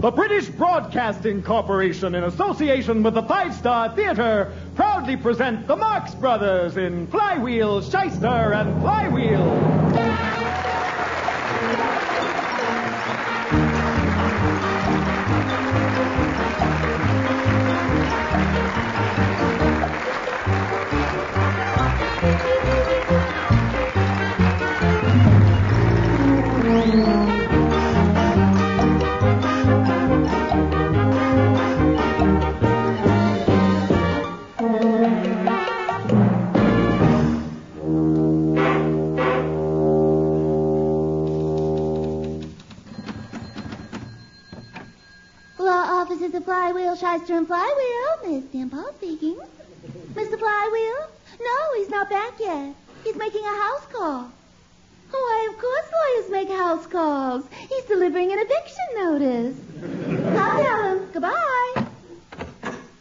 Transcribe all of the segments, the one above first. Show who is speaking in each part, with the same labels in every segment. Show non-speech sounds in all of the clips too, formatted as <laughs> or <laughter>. Speaker 1: The British Broadcasting Corporation, in association with the Five Star Theater, proudly present the Marx Brothers in Flywheel, Shyster, and Flywheel.
Speaker 2: Law offices of Flywheel, Shyster and Flywheel. Miss Dimple speaking. Mr. Flywheel? No, he's not back yet. He's making a house call. Why, of course lawyers make house calls. He's delivering an eviction notice. I'll tell him. Goodbye.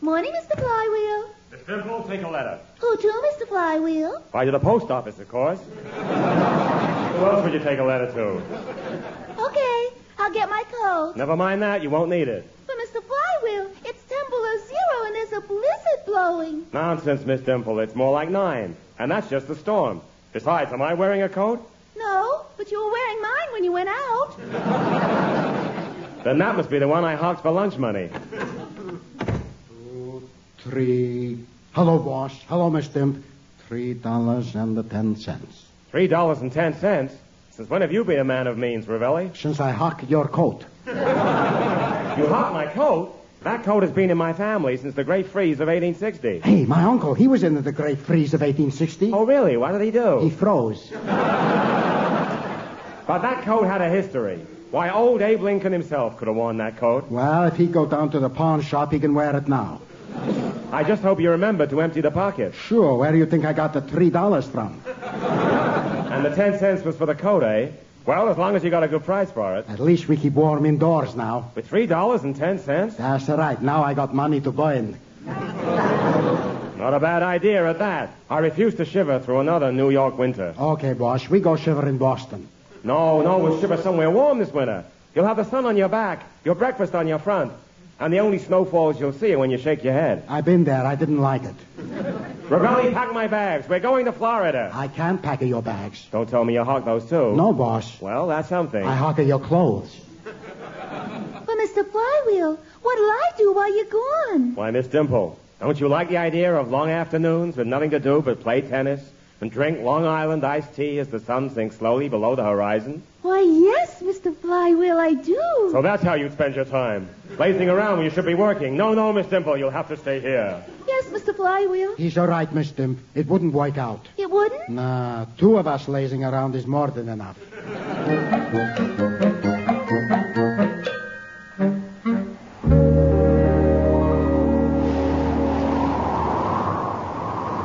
Speaker 2: Morning, Mr. Flywheel.
Speaker 3: Miss Dimple, take a letter.
Speaker 2: Who to, Mr. Flywheel?
Speaker 3: Why, to the post office, of course. <laughs> Who else would you take a letter to?
Speaker 2: Okay, I'll get my coat.
Speaker 3: Never mind that. You won't need it.
Speaker 2: But, Mr. Flywheel, it's ten below zero and there's a blizzard blowing.
Speaker 3: Nonsense, Miss Dimple. It's more like nine. And that's just the storm. Besides, am I wearing a coat?
Speaker 2: No, but you were wearing mine when you went out.
Speaker 3: Then that must be the one I hogged for lunch money.
Speaker 4: Three. Hello, boss. Hello, Miss Dimp. Three dollars and the ten cents.
Speaker 3: Three dollars and ten cents? Since when have you been a man of means, Ravelli?
Speaker 4: Since I hock your coat.
Speaker 3: You hogged my coat? That coat has been in my family since the Great Freeze of 1860.
Speaker 4: Hey, my uncle, he was in the great freeze of 1860.
Speaker 3: Oh, really? What did he do?
Speaker 4: He froze.
Speaker 3: But that coat had a history. Why, old Abe Lincoln himself could have worn that coat.
Speaker 4: Well, if he go down to the pawn shop, he can wear it now.
Speaker 3: I just hope you remember to empty the pocket.
Speaker 4: Sure, where do you think I got the three dollars from?
Speaker 3: And the ten cents was for the coat, eh? Well, as long as you got a good price for it.
Speaker 4: At least we keep warm indoors now.
Speaker 3: With three dollars and ten cents?
Speaker 4: That's right. Now I got money to burn.
Speaker 3: Not a bad idea at that. I refuse to shiver through another New York winter.
Speaker 4: Okay, boss, we go shiver in Boston.
Speaker 3: No, no, we'll shiver somewhere warm this winter. You'll have the sun on your back, your breakfast on your front, and the only snowfalls you'll see are when you shake your head.
Speaker 4: I've been there. I didn't like it.
Speaker 3: Ravelli, pack my bags. We're going to Florida.
Speaker 4: I can't pack your bags.
Speaker 3: Don't tell me you hogged those too.
Speaker 4: No, boss.
Speaker 3: Well, that's something.
Speaker 4: I hock your clothes.
Speaker 2: But, Mr. Flywheel, what'll I do while you're gone?
Speaker 3: Why, Miss Dimple, don't you like the idea of long afternoons with nothing to do but play tennis and drink Long Island iced tea as the sun sinks slowly below the horizon?
Speaker 2: Why, yes, Mr. Flywheel, I do.
Speaker 3: So that's how you'd spend your time. Lazing around when you should be working. No, no, Miss Dimple, you'll have to stay here.
Speaker 2: Yes, Mr. Flywheel.
Speaker 4: He's all right, Miss Dimp. It wouldn't work out.
Speaker 2: It wouldn't?
Speaker 4: Nah, two of us lazing around is more than enough.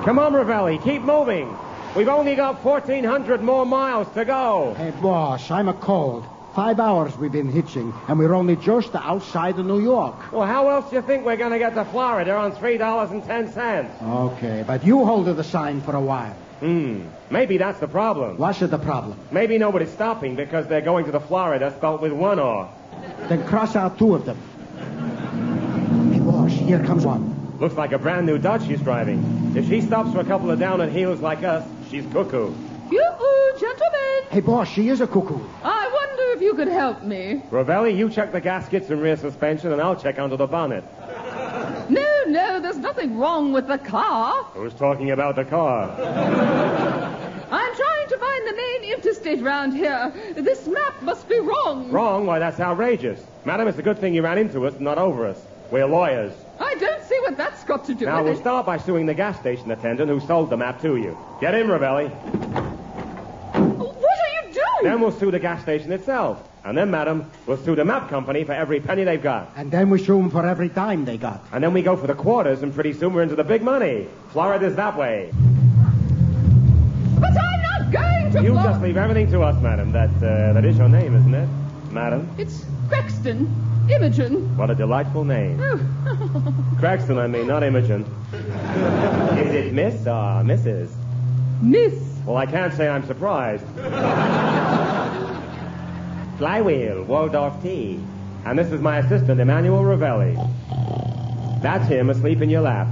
Speaker 3: Come on, Ravelli, keep moving. We've only got 1,400 more miles to go.
Speaker 4: Hey, boss, I'm a cold. Five hours we've been hitching, and we're only just outside of New York.
Speaker 3: Well, how else do you think we're going to get to Florida on $3.10?
Speaker 4: Okay, but you hold to the sign for a while.
Speaker 3: Hmm, maybe that's the problem.
Speaker 4: What's the problem?
Speaker 3: Maybe nobody's stopping because they're going to the Florida spelt with one R.
Speaker 4: Then cross out two of them. Hey, boss, here comes one.
Speaker 3: Looks like a brand new Dodge she's driving. If she stops for a couple of down and heels like us, she's cuckoo.
Speaker 5: You gentlemen,
Speaker 4: Hey, boss, she is a cuckoo.
Speaker 5: I wonder if you could help me.
Speaker 3: Ravelli, you check the gaskets and rear suspension, and I'll check under the bonnet.
Speaker 5: No, no, there's nothing wrong with the car.
Speaker 3: Who's talking about the car?
Speaker 5: I'm trying to find the main interstate round here. This map must be wrong.
Speaker 3: Wrong? Why, that's outrageous. Madam, it's a good thing you ran into us and not over us. We're lawyers.
Speaker 5: I don't see what that's got to do
Speaker 3: Now, we'll
Speaker 5: with it.
Speaker 3: start by suing the gas station attendant who sold the map to you. Get in, Ravelli.
Speaker 5: What are you doing?
Speaker 3: Then we'll sue the gas station itself. And then, madam, we'll sue the map company for every penny they've got.
Speaker 4: And then we sue 'em for every dime they got.
Speaker 3: And then we go for the quarters, and pretty soon we're into the big money. Florida's that way.
Speaker 5: But I'm not going to
Speaker 3: You
Speaker 5: Florida.
Speaker 3: just leave everything to us, madam. That, uh, that is your name, isn't it? Madam?
Speaker 5: It's Crexton. Imogen.
Speaker 3: What a delightful name.
Speaker 5: Oh. <laughs>
Speaker 3: Craxton, I mean, not Imogen. is it Miss or Mrs.?
Speaker 5: Miss.
Speaker 3: <gasps> Well, I can't say I'm surprised. Flywheel, Waldorf tea. And this is my assistant, Emmanuel Ravelli. That's him asleep in your lap.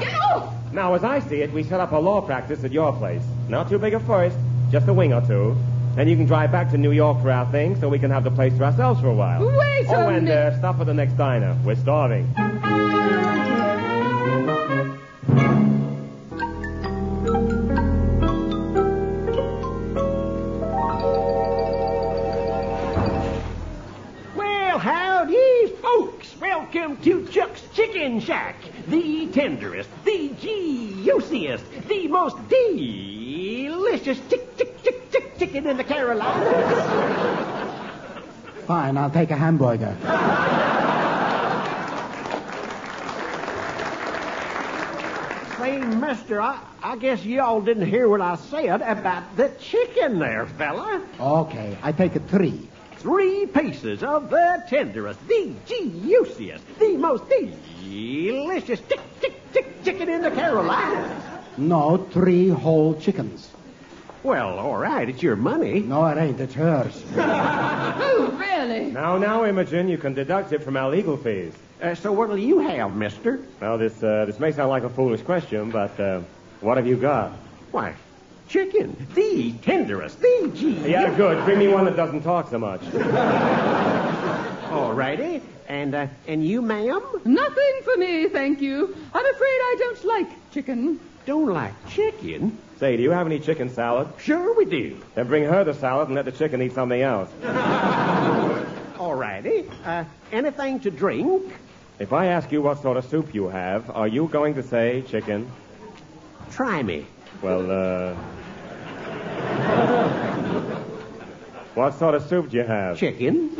Speaker 5: Get off!
Speaker 3: Now, as I see it, we set up a law practice at your place. Not too big a first, just a wing or two. Then you can drive back to New York for our thing so we can have the place to ourselves for a while.
Speaker 5: Wait a
Speaker 3: oh, and
Speaker 5: minute.
Speaker 3: uh, stop at the next diner. We're starving.
Speaker 6: Well, howdy, folks. Welcome to Chuck's Chicken Shack. The tenderest, the juiciest, the most delicious chick, chick, chick, chick, chicken in the Carolinas.
Speaker 4: Fine, I'll take a hamburger.
Speaker 6: Say, mister, I, I guess y'all didn't hear what I said about the chicken there, fella.
Speaker 4: Okay, I take a three.
Speaker 6: Three pieces of the tenderest, the juiciest, the most delicious chick, chick, chick, chicken in the Carolinas.
Speaker 4: No, three whole chickens.
Speaker 6: Well, all right, it's your money.
Speaker 4: No, it ain't. It's hers.
Speaker 3: uh,
Speaker 5: Oh, really?
Speaker 3: Now, now, Imogen, you can deduct it from our legal fees.
Speaker 6: Uh, so what'll you have, mister?
Speaker 3: Well, this uh, this may sound like a foolish question, but uh, what have you got?
Speaker 6: Why, chicken. The tenderest, the G.
Speaker 3: Yeah, good. Bring me one that doesn't talk so much.
Speaker 6: All righty. And, uh, and you, ma'am,
Speaker 5: Nothing for me, thank you. I'm afraid I don't like chicken.
Speaker 6: don't like chicken?
Speaker 3: Say, do you have any chicken salad?
Speaker 6: Sure we do.
Speaker 3: Then bring her the salad and let the chicken eat something else.
Speaker 6: All righty. Uh, anything to drink?
Speaker 3: If I ask you what sort of soup you have, are you going to say chicken?
Speaker 6: Try me.
Speaker 3: Well, uh. what sort of soup do you have?
Speaker 6: Chicken?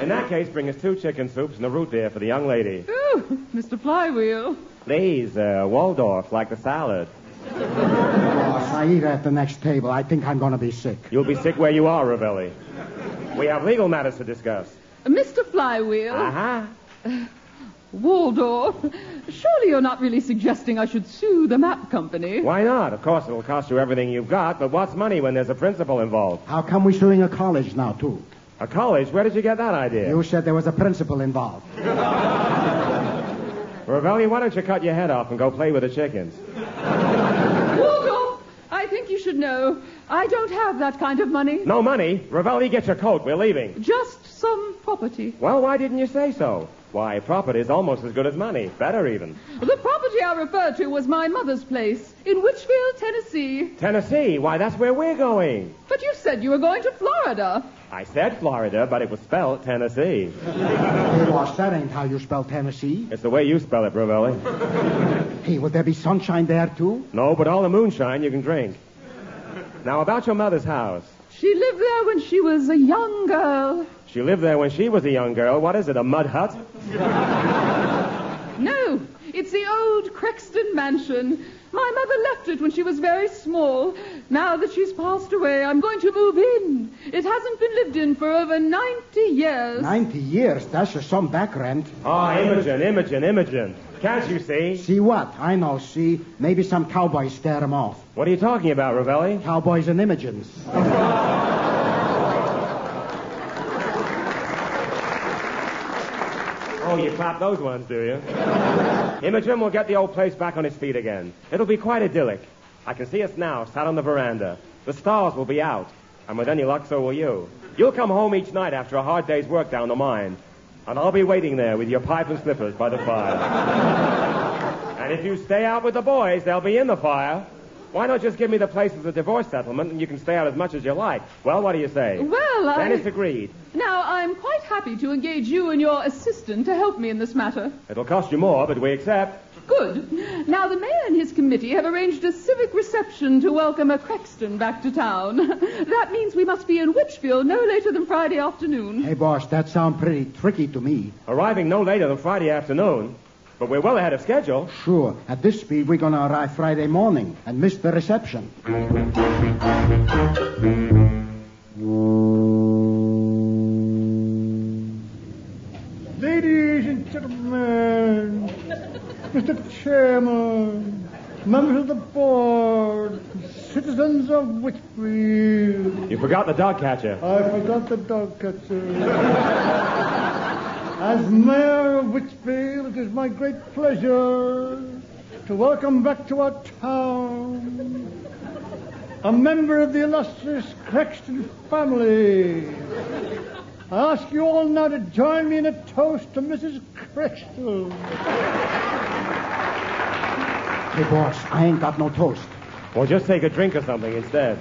Speaker 3: In that case, bring us two chicken soups and a root beer for the young lady.
Speaker 5: Oh, Mr. Flywheel.
Speaker 3: Please, uh, Waldorf, like the salad.
Speaker 4: Boss, I eat at the next table. I think I'm going to be sick.
Speaker 3: You'll be sick where you are, Ravelli. We have legal matters to discuss.
Speaker 5: Mr. Uh, Flywheel.
Speaker 3: Uh-huh.
Speaker 5: Waldorf. Surely you're not really suggesting I should sue the map company.
Speaker 3: Why not? Of course, it'll cost you everything you've got, but what's money when there's a principal involved?
Speaker 4: How come we're suing a college now, too?
Speaker 3: A college? Where did you get that idea?
Speaker 4: You said there was a principal involved.
Speaker 3: Ravelli, why don't you cut your head off and go play with the chickens?
Speaker 5: Waldorf, I think you should know I don't have that kind of money.
Speaker 3: No money. Ravelli, get your coat. We're leaving.
Speaker 5: Just some property.
Speaker 3: Well, why didn't you say so? Why, property is almost as good as money. Better even.
Speaker 5: The property I refer to was my mother's place in Witchfield, Tennessee.
Speaker 3: Tennessee, why, that's where we're going.
Speaker 5: But you said you were going to Florida.
Speaker 3: I said Florida, but it was spelled Tennessee.
Speaker 4: Hey, boss, that ain't how you spell Tennessee.
Speaker 3: It's the way you spell it, Ravelli.
Speaker 4: Hey, would there be sunshine there, too?
Speaker 3: No, but all the moonshine you can drink. Now, about your mother's house.
Speaker 5: She lived there when she was a young girl.
Speaker 3: She lived there when she was a young girl. What is it, a mud hut?
Speaker 5: No, it's the old Crexton mansion. My mother left it when she was very small. Now that she's passed away, I'm going to move in. It hasn't been lived in for over 90 years.
Speaker 4: 90 years, that's just some back rent.
Speaker 3: Oh, Imogen, Imogen, Imogen. Can't you see?
Speaker 4: See what? I know, see? Maybe some cowboys scare them off.
Speaker 3: What are you talking about, Ravelli?
Speaker 4: Cowboys and Imogens.
Speaker 3: Oh, you clap those ones, do you? Imogen will get the old place back on its feet again. It'll be quite idyllic. I can see us now, sat on the veranda. The stars will be out, and with any luck, so will you. You'll come home each night after a hard day's work down the mine, and I'll be waiting there with your pipe and slippers by the fire. and if you stay out with the boys, they'll be in the fire. Why not just give me the place of the divorce settlement, and you can stay out as much as you like? Well, what do you say?
Speaker 5: Well,
Speaker 3: Then
Speaker 5: I...
Speaker 3: it's agreed.
Speaker 5: now I'm quite happy to engage you and your assistant to help me in this matter.
Speaker 3: It'll cost you more, but we accept.
Speaker 5: Good. Now, the mayor and his committee have arranged a civic reception to welcome a Crexton back to town. <laughs> that means we must be in Witchfield no later than Friday afternoon.
Speaker 4: Hey, boss, that sounds pretty tricky to me.
Speaker 3: Arriving no later than Friday afternoon, but we're well ahead of schedule.
Speaker 4: Sure, at this speed, we're going to arrive Friday morning and miss the reception.
Speaker 1: Ladies and gentlemen, Mr. Chairman, members of the board, citizens
Speaker 7: citizens of Whitfield.
Speaker 3: You forgot the dog catcher.
Speaker 7: I forgot the dog catcher. As mayor of Whitfield, it is my great pleasure to welcome back to our town a member of the illustrious Crexton family. I ask you all now to join me in a toast to Mrs. Crexton.
Speaker 4: Hey, boss, I ain't got no toast.
Speaker 3: Or just take a drink or something instead.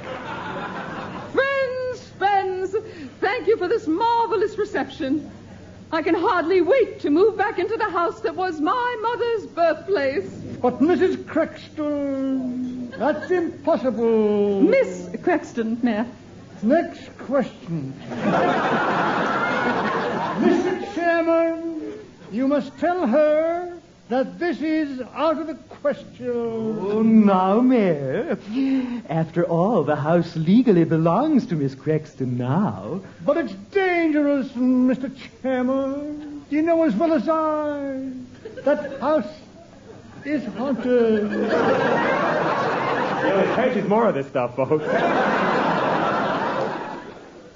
Speaker 5: Friends, friends, thank you for this marvelous reception. I can hardly wait to move back into the house that was my mother's birthplace.
Speaker 7: But Mrs. Crexton, that's impossible.
Speaker 5: Miss Crexton, Mayor.
Speaker 7: Next question. Mr. Chairman, you must tell her that this is out of the question.
Speaker 8: Oh, now, Mayor. After all, the house legally belongs to Miss Crexton now.
Speaker 7: But it's dangerous, Mr. Chairman. You know as well as I that house is haunted.
Speaker 3: It pages more of this stuff, folks.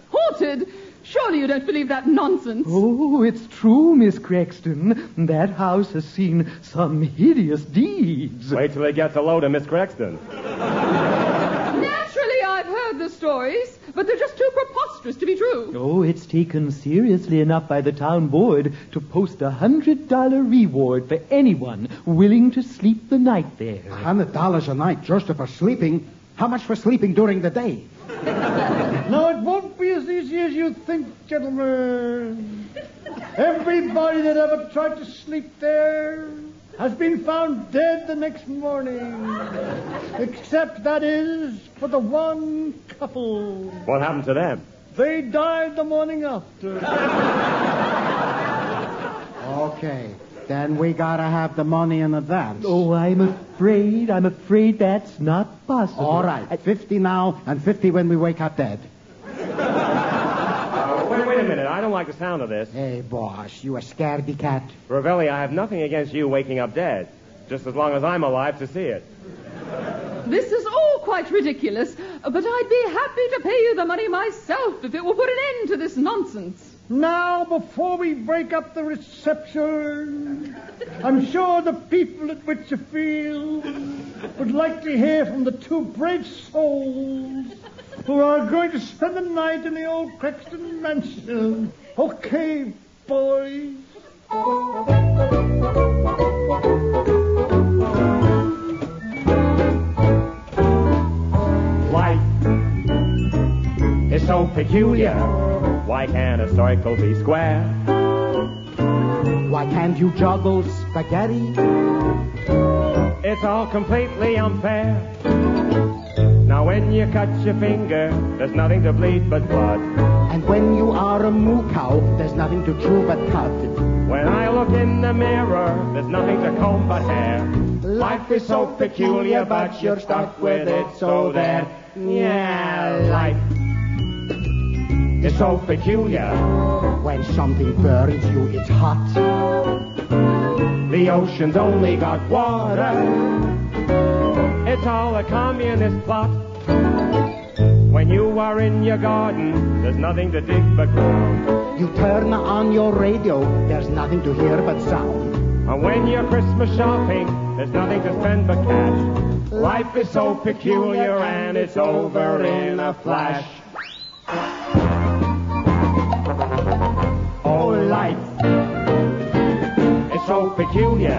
Speaker 5: Haunted? Surely you don't believe that nonsense.
Speaker 8: Oh, it's true, Miss Crexton. That house has seen some hideous deeds.
Speaker 3: Wait till it gets a load of Miss Crexton.
Speaker 5: Naturally, I've heard the stories, but they're just too preposterous to be true.
Speaker 8: Oh, it's taken seriously enough by the town board to post a hundred dollar reward for anyone willing to sleep the night there.
Speaker 4: Hundred dollars a night just for sleeping. How much for sleeping during the day?
Speaker 7: Now, it won't be as easy as you think, gentlemen. Everybody that ever tried to sleep there has been found dead the next morning. Except, that is, for the one couple.
Speaker 3: What happened to them?
Speaker 7: They died the morning after.
Speaker 4: Okay, then we gotta have the money in advance.
Speaker 8: Oh, I'm afraid, I'm afraid that's not possible.
Speaker 4: All right, 50 now and 50 when we wake up dead.
Speaker 3: Uh, wait, wait a minute. I don't like the sound of this.
Speaker 4: Hey, boss, you a scaredy cat.
Speaker 3: Ravelli, I have nothing against you waking up dead, just as long as I'm alive to see it.
Speaker 5: This is all quite ridiculous, but I'd be happy to pay you the money myself if it will put an end to this nonsense.
Speaker 7: Now, before we break up the reception, I'm sure the people at Witcherfield would like to hear from the two brave souls who are going to spend the night in the old Crexton mansion. Okay, boys.
Speaker 3: Life is so peculiar. Why can't a circle be square?
Speaker 4: Why can't you juggle spaghetti?
Speaker 3: It's all completely unfair. Now when you cut your finger, there's nothing to bleed but blood.
Speaker 4: And when you are a moo cow, there's nothing to chew but cud.
Speaker 3: When I look in the mirror, there's nothing to comb but hair. Life is so peculiar, but you're stuck with it, so there. Yeah, life is so peculiar.
Speaker 4: When something burns you, it's hot.
Speaker 3: The ocean's only got water. It's all a communist plot. When you are in your garden, there's nothing to dig but ground.
Speaker 4: You turn on your radio, there's nothing to hear but sound.
Speaker 3: And when you're Christmas shopping, there's nothing to spend but cash. Life is so peculiar and it's over in a flash. Oh, life is so peculiar.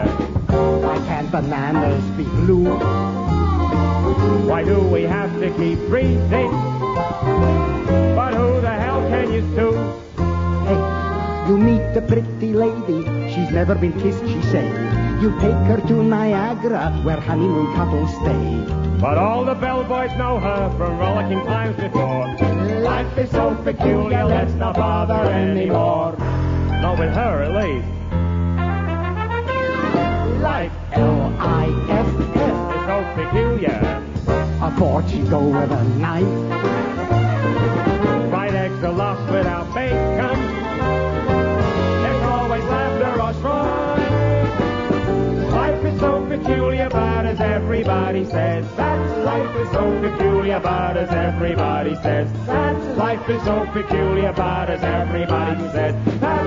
Speaker 4: Why can't bananas be blue?
Speaker 3: Why do we have to keep breathing? But who the hell can you sue?
Speaker 4: Hey, you meet the pretty lady. She's never been kissed, she said. You take her to Niagara, where honeymoon couples stay.
Speaker 3: But all the bellboys know her from rollicking times before. Life is so peculiar, let's not bother anymore. Not with her, at least. Life
Speaker 4: L-I-F-F.
Speaker 3: is so peculiar.
Speaker 4: A Portugal with a knife.
Speaker 3: Fried eggs are lost without bacon. There's always laughter or strife. Life is so peculiar, but is everybody
Speaker 9: Everybody says that life is so peculiar, but as everybody says that life is so peculiar, but as everybody says that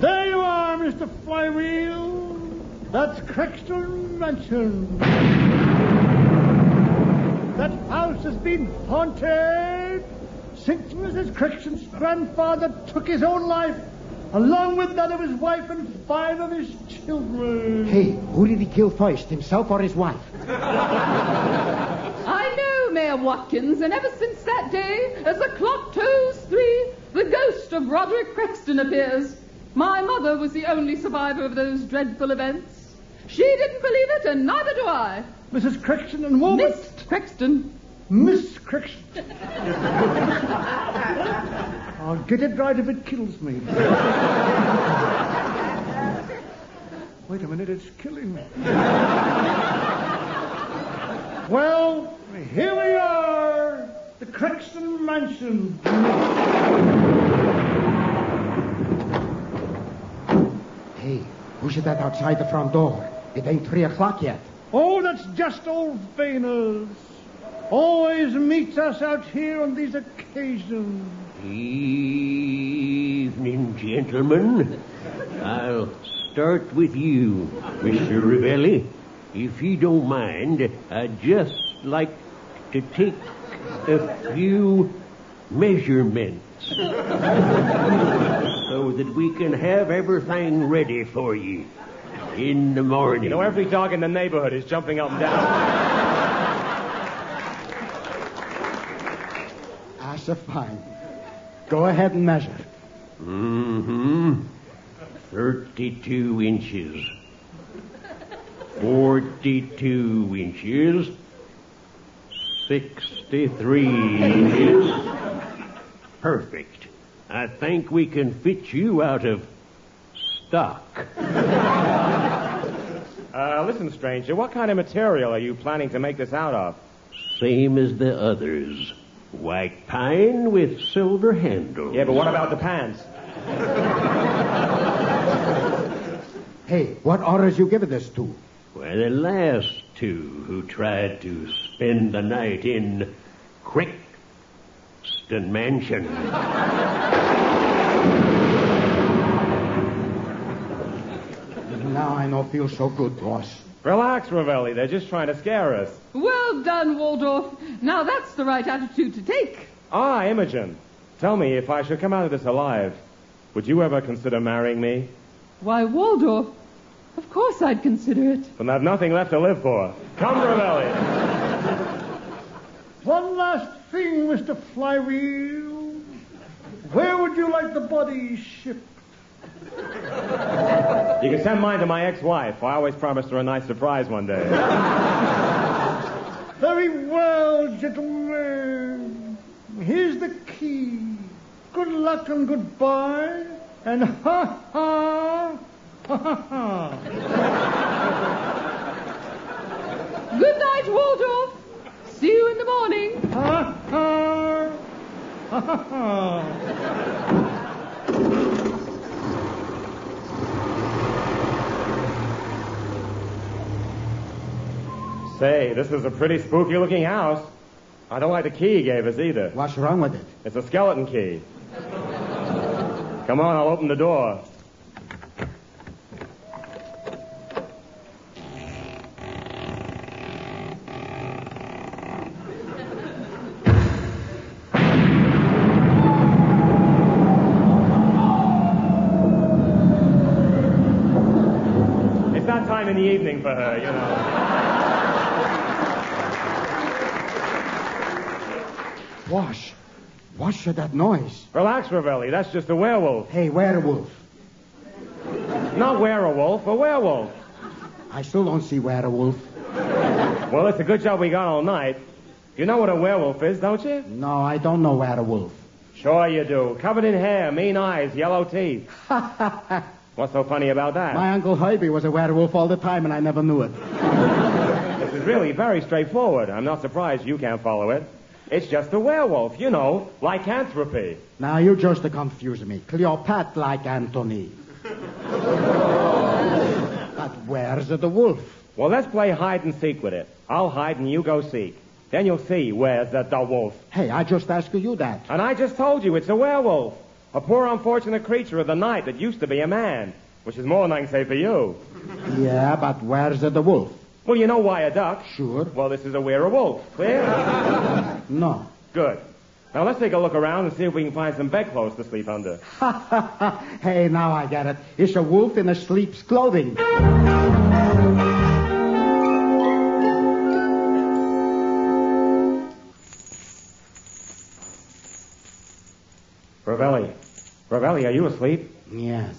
Speaker 7: There you are, Mr. Flywheel. That's Crexton Mansion. That house has been haunted since Mrs. Crexton's grandfather took his own life, along with that of his wife and five of his children.
Speaker 4: Hey, who did he kill first, himself or his wife?
Speaker 5: I know, Mayor Watkins, and ever since that day, as the clock tolls three, the ghost of Roderick Crexton appears. My mother was the only survivor of those dreadful events. She didn't believe it, and neither do I.
Speaker 7: Mrs. Crexton and Woman.
Speaker 5: Miss Crexton.
Speaker 7: Miss Crexton. <laughs> I'll get it right if it kills me. <laughs> Wait a minute, it's killing me. <laughs> well, here we are, the Crexton Mansion.
Speaker 4: Hey, who's it that outside the front door? It ain't three o'clock yet.
Speaker 7: Oh, that's just old Venus. Always meets us out here on these occasions.
Speaker 6: Evening, gentlemen. I'll start with you, Mr. Rivelli. If you don't mind, I'd just like to take a few measurements <laughs> so that we can have everything ready for you in the morning.
Speaker 3: You know, every dog in the neighborhood is jumping up and down.
Speaker 4: That's a fine. Go ahead and measure.
Speaker 6: Mm-hmm. 32 inches. 42 inches. 63 inches. Perfect. I think we can fit you out of stock.
Speaker 3: Uh, listen, stranger, what kind of material are you planning to make this out of?
Speaker 6: Same as the others. White pine with silver handles.
Speaker 3: Yeah, but what about the pants?
Speaker 4: Hey, what orders you giving this to?
Speaker 6: Well, the last two who tried to spend the night in Crichton Mansion.
Speaker 4: Now I don't feel so good, boss.
Speaker 3: Relax, Ravelli. They're just trying to scare us.
Speaker 5: Well done, Waldorf. Now that's the right attitude to take.
Speaker 3: Ah, Imogen. Tell me, if I should come out of this alive, would you ever consider marrying me?
Speaker 5: Why, Waldorf? Of course I'd consider it.
Speaker 3: Then I've nothing left to live for. Come, Ravelli.
Speaker 7: One last thing, Mr. Flywheel. Where would you like the body shipped?
Speaker 3: You can send mine to my ex-wife. I always promised her a nice surprise one day.
Speaker 7: Very well, gentlemen. Here's the key. Good luck and goodbye. And ha ha. Ha ha ha.
Speaker 5: Good night, Waldorf. See you in the morning.
Speaker 7: Ha ha. Ha ha ha.
Speaker 3: Say, this is a pretty spooky-looking house. I don't like the key he gave us either.
Speaker 4: What's wrong with it?
Speaker 3: It's a skeleton key. Come on, I'll open the door. It's that time in the evening for her, you know.
Speaker 4: Wash. Wash of that noise.
Speaker 3: Relax, Ravelli. That's just a werewolf.
Speaker 4: Hey, werewolf.
Speaker 3: Not werewolf, a werewolf.
Speaker 4: I still don't see werewolf.
Speaker 3: Well, it's a good job we got all night. You know what a werewolf is, don't you?
Speaker 4: No, I don't know werewolf.
Speaker 3: Sure you do. Covered in hair, mean eyes, yellow teeth. What's so funny about that?
Speaker 4: My Uncle Herbie was a werewolf all the time, and I never knew it.
Speaker 3: This is really very straightforward. I'm not surprised you can't follow it. It's just a werewolf, you know, lycanthropy.
Speaker 4: Now, you just confuse me. Cleopat like <laughs> Antony. but where's the wolf?
Speaker 3: Well, let's play hide and seek with it. I'll hide and you go seek. Then you'll see where's the, the wolf.
Speaker 4: Hey, I just asked you that.
Speaker 3: And I just told you it's a werewolf. A poor unfortunate creature of the night that used to be a man, which is more than I can say for you.
Speaker 4: Yeah, but where's the wolf?
Speaker 3: Well, you know why a duck.
Speaker 4: Sure.
Speaker 3: Well, this is a werewolf. Clear?
Speaker 4: No. <laughs>
Speaker 3: Good. Now let's take a look around and see if we can find some bedclothes to sleep under.
Speaker 4: hey, now I get it. It's a wolf in a sleep's clothing.
Speaker 3: Ravelli. Ravelli, are you asleep?
Speaker 4: Yes.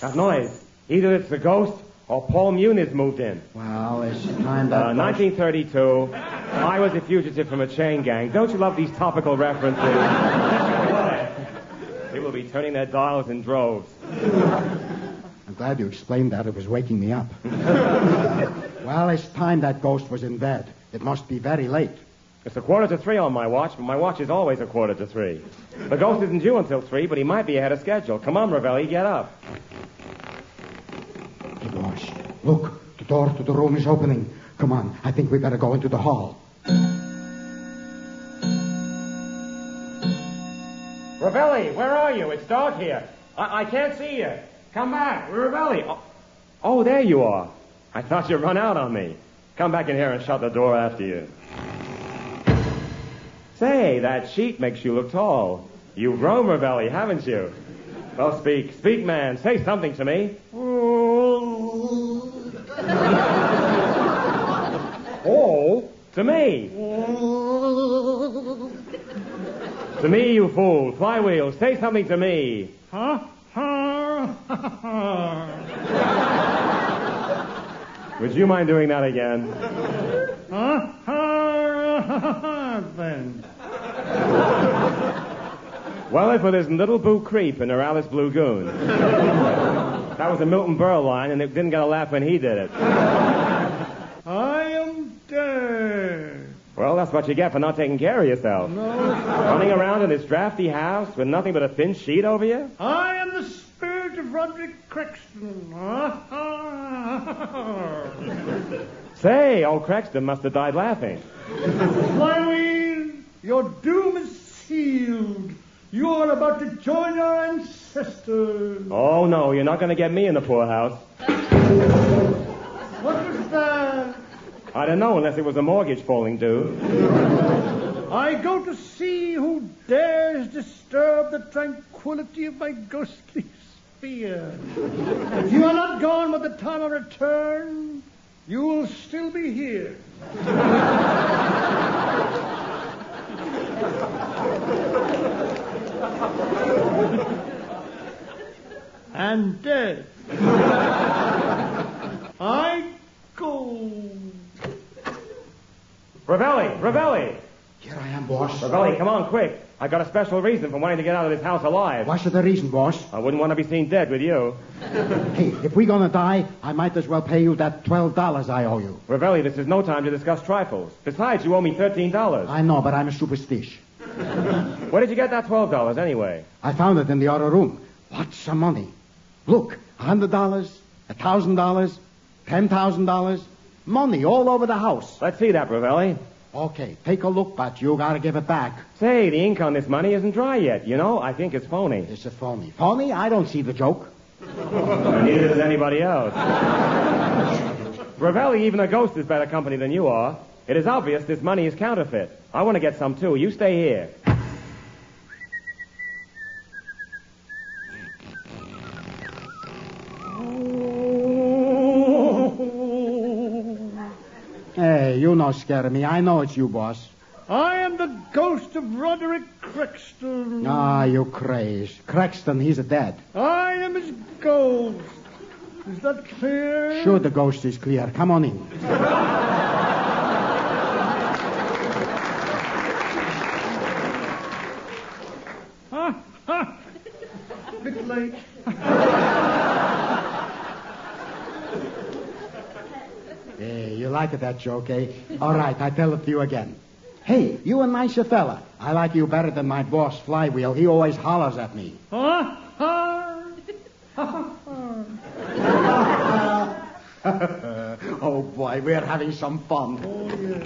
Speaker 3: That noise. Either it's the ghost or Paul Muniz moved in.
Speaker 4: Well, it's kind
Speaker 3: Uh,
Speaker 4: of.
Speaker 3: 1932. I was a fugitive from a chain gang. Don't you love these topical references? People will be turning their dials in droves.
Speaker 4: I'm glad you explained that. It was waking me up. well, it's time that ghost was in bed. It must be very late.
Speaker 3: It's a quarter to three on my watch, but my watch is always a quarter to three. The ghost isn't due until three, but he might be ahead of schedule. Come on, Ravelli, get up.
Speaker 4: The doors. Look, the door to the room is opening. Come on, I think we better go into the hall.
Speaker 3: Ravelli, where are you? It's dark here. I, I can't see you. Come back, Ravelli. Oh, oh, there you are. I thought you'd run out on me. Come back in here and shut the door after you. Say, that sheet makes you look tall. You've grown, Ravelli, haven't you? Well, speak. Speak, man. Say something to me. Oh, to me. To me, you fool. Flywheel, say something to me. Would you mind doing that again?
Speaker 7: then.
Speaker 3: Well, it was Little Boo Creep and her Alice Blue Goon. that was a Milton Berle line, and it didn't get a laugh when he did it.
Speaker 7: I am dead.
Speaker 3: Well, that's what you get for not taking care of yourself. Running around in this drafty house with nothing but a thin sheet over you?
Speaker 7: I am the spirit of Roderick Crexton.
Speaker 3: Say, old Crexton must have died laughing.
Speaker 7: Flywheel, your doom is sealed. You are about to join our ancestors.
Speaker 3: Oh, no, you're not going to get me in the poorhouse.
Speaker 7: What was that?
Speaker 3: I don't know, unless it was a mortgage falling due.
Speaker 7: I go to see who dares disturb the tranquility of my ghostly sphere. if you are not gone by the time I return, you will still be here. and dead. I go.
Speaker 3: Ravelli, Ravelli!
Speaker 4: Here I am, boss.
Speaker 3: Ravelli, come on, quick. I got a special reason for wanting to get out of this house alive.
Speaker 4: What's the reason, boss?
Speaker 3: I wouldn't want to be seen dead with you.
Speaker 4: Hey, if we're gonna die, I might as well pay you that twelve dollars I owe you.
Speaker 3: Ravelli, this is no time to discuss trifles. Besides, you owe me $13.
Speaker 4: I know, but I'm a superstition.
Speaker 3: Where did you get that $12 anyway?
Speaker 4: I found it in the other room. Lots of money. Look, hundred dollars, a thousand dollars, ten thousand dollars. Money all over the house.
Speaker 3: Let's see that, Ravelli.
Speaker 4: Okay, take a look, but you gotta give it back.
Speaker 3: Say, the ink on this money isn't dry yet. You know, I think it's phony.
Speaker 4: It's a phony. Phony? I don't see the joke.
Speaker 3: Neither does anybody else. Ravelli, even a ghost is better company than you are. It is obvious this money is counterfeit. I want to get some too. You stay here.
Speaker 4: Hey, you no scare me. I know it's you, boss.
Speaker 7: I am the ghost of Roderick Crexton.
Speaker 4: Ah, you craze. Crexton, he's dead.
Speaker 7: I am his ghost. Is that clear?
Speaker 4: Sure, the ghost is clear. Come on in.
Speaker 7: Ha, ha. late.
Speaker 4: Hey, you like it, that joke, eh? All right, I tell it to you again. Hey, you a nicer fella. I like you better than my boss, Flywheel. He always hollers at me.
Speaker 7: Huh? Huh?
Speaker 4: <laughs> oh, boy, we're having some fun.
Speaker 7: Oh, yeah.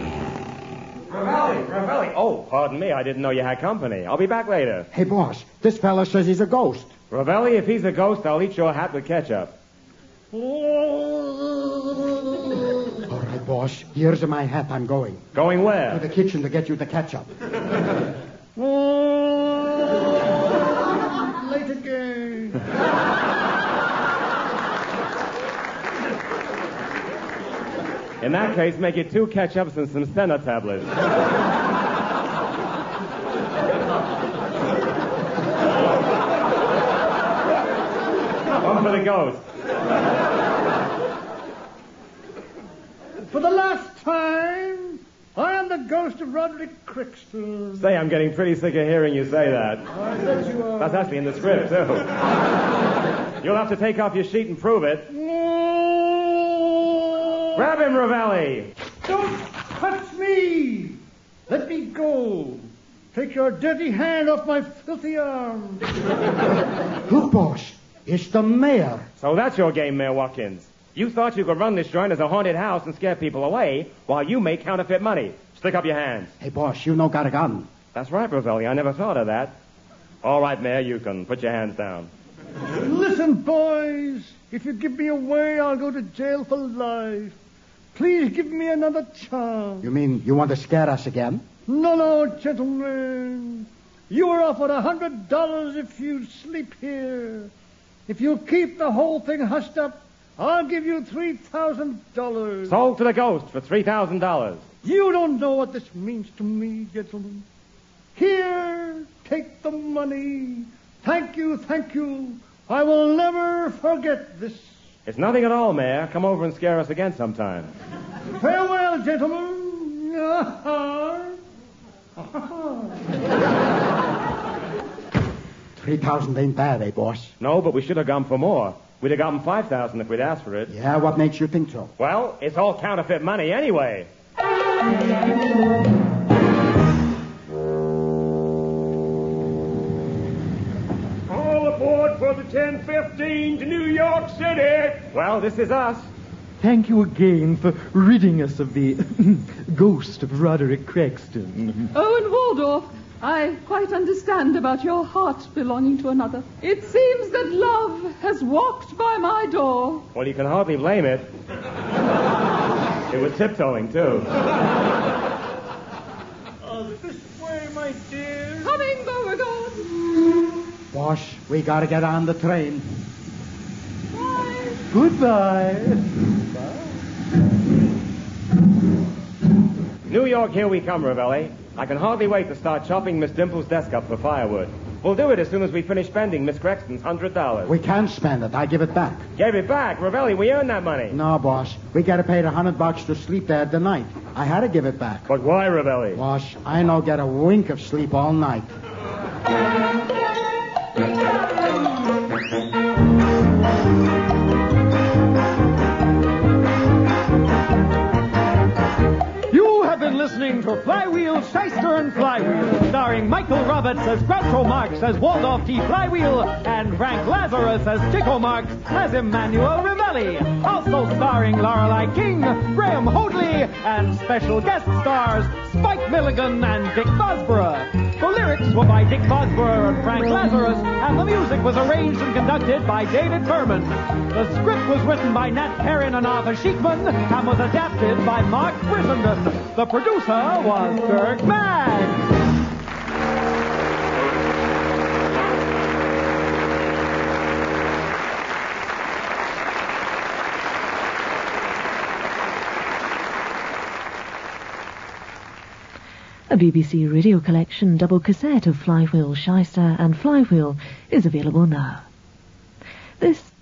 Speaker 3: Ravelli, Ravelli. Oh, pardon me. I didn't know you had company. I'll be back later.
Speaker 4: Hey, boss, this fella says he's a ghost.
Speaker 3: Ravelli, if he's a ghost, I'll eat your hat with ketchup.
Speaker 4: All right, boss, here's my hat. I'm going
Speaker 3: Going
Speaker 4: to
Speaker 3: where?
Speaker 4: the kitchen to get you the ketchup.
Speaker 7: Late again.
Speaker 3: In that case, make it two ketchups and some Senna tablets. One for the ghost.
Speaker 7: For the last time, I am the ghost of Roderick Crixton.
Speaker 3: Say, I'm getting pretty sick of hearing you say that.
Speaker 7: I bet you are.
Speaker 3: That's actually in the script, too. You'll have to take off your sheet and prove it. Grab him, Ravelli.
Speaker 7: Don't touch me! Let me go! Take your dirty hand off my filthy arm!
Speaker 4: Look, boss, it's the mayor.
Speaker 3: So Oh, that's your game, Mayor Watkins. You thought you could run this joint as a haunted house and scare people away while you make counterfeit money. Stick up your hands.
Speaker 4: Hey, boss, you no got a gun.
Speaker 3: That's right, Roselli. I never thought of that. All right, Mayor, you can put your hands down.
Speaker 7: Listen, boys, if you give me away, I'll go to jail for life. Please give me another chance.
Speaker 4: You mean you want to scare us again?
Speaker 7: No, no, gentlemen. You are offered a hundred dollars if you sleep here. If you keep the whole thing hushed up, I'll give you three thousand dollars.
Speaker 3: Sold to the ghost for $3,000.
Speaker 7: You don't know what this means to me, gentlemen. Here, take the money. Thank you, thank you. I will never forget this.
Speaker 3: It's nothing at all, Mayor. Come over and scare us again sometime.
Speaker 7: Farewell, gentlemen.
Speaker 4: Three thousand ain't bad, eh, boss?
Speaker 3: No, but we should have gone for more. We'd have gotten 5000 if we'd asked for it.
Speaker 4: Yeah, what makes you think so?
Speaker 3: Well, it's all counterfeit money anyway.
Speaker 6: All aboard for the 1015 to New York City.
Speaker 3: Well, this is us.
Speaker 8: Thank you again for ridding us of the <laughs> ghost of Roderick Crexton.
Speaker 5: Owen Waldorf, I quite understand about your heart belonging to another. It seems that love has walked by my door.
Speaker 3: Well, you can hardly blame it. It was tiptoeing, too.
Speaker 7: this way, my dear.
Speaker 5: Coming, Beauregard.
Speaker 4: Boss, we gotta get on the train.
Speaker 5: Bye.
Speaker 8: Goodbye.
Speaker 3: New York, here we come, Ravelli. I can hardly wait to start chopping Miss Dimple's desk up for firewood. We'll do it as soon as we finish spending Miss Crexton's hundred dollars.
Speaker 4: We can't spend it. I give it back.
Speaker 3: Gave it back, Ravelli. We earned that money.
Speaker 4: No, boss. We gotta pay the hundred bucks to sleep there tonight. I had to give it back.
Speaker 3: But why, Ravelli?
Speaker 4: Boss, I no get a wink of sleep all night.
Speaker 1: You have been listening to Flywheel Shyster and Flywheel, starring Michael Roberts as Groucho Marx as Waldorf T. Flywheel and Frank Lazarus as Chico Marx as Emmanuel Rivelli. Also starring Lorelei King, Graham Hoadley, and special guest stars Spike Milligan and Dick Bosborough. The lyrics were by Dick Bosborough and Frank Lazarus, and the music was arranged and conducted by David Furman. The script was written by Nat Perrin and Arthur Sheikman, and was adapted by Mark Brissenden. The producer was Kirk Maggs.
Speaker 10: A BBC radio collection double cassette of Flywheel Shyster and Flywheel is available now. This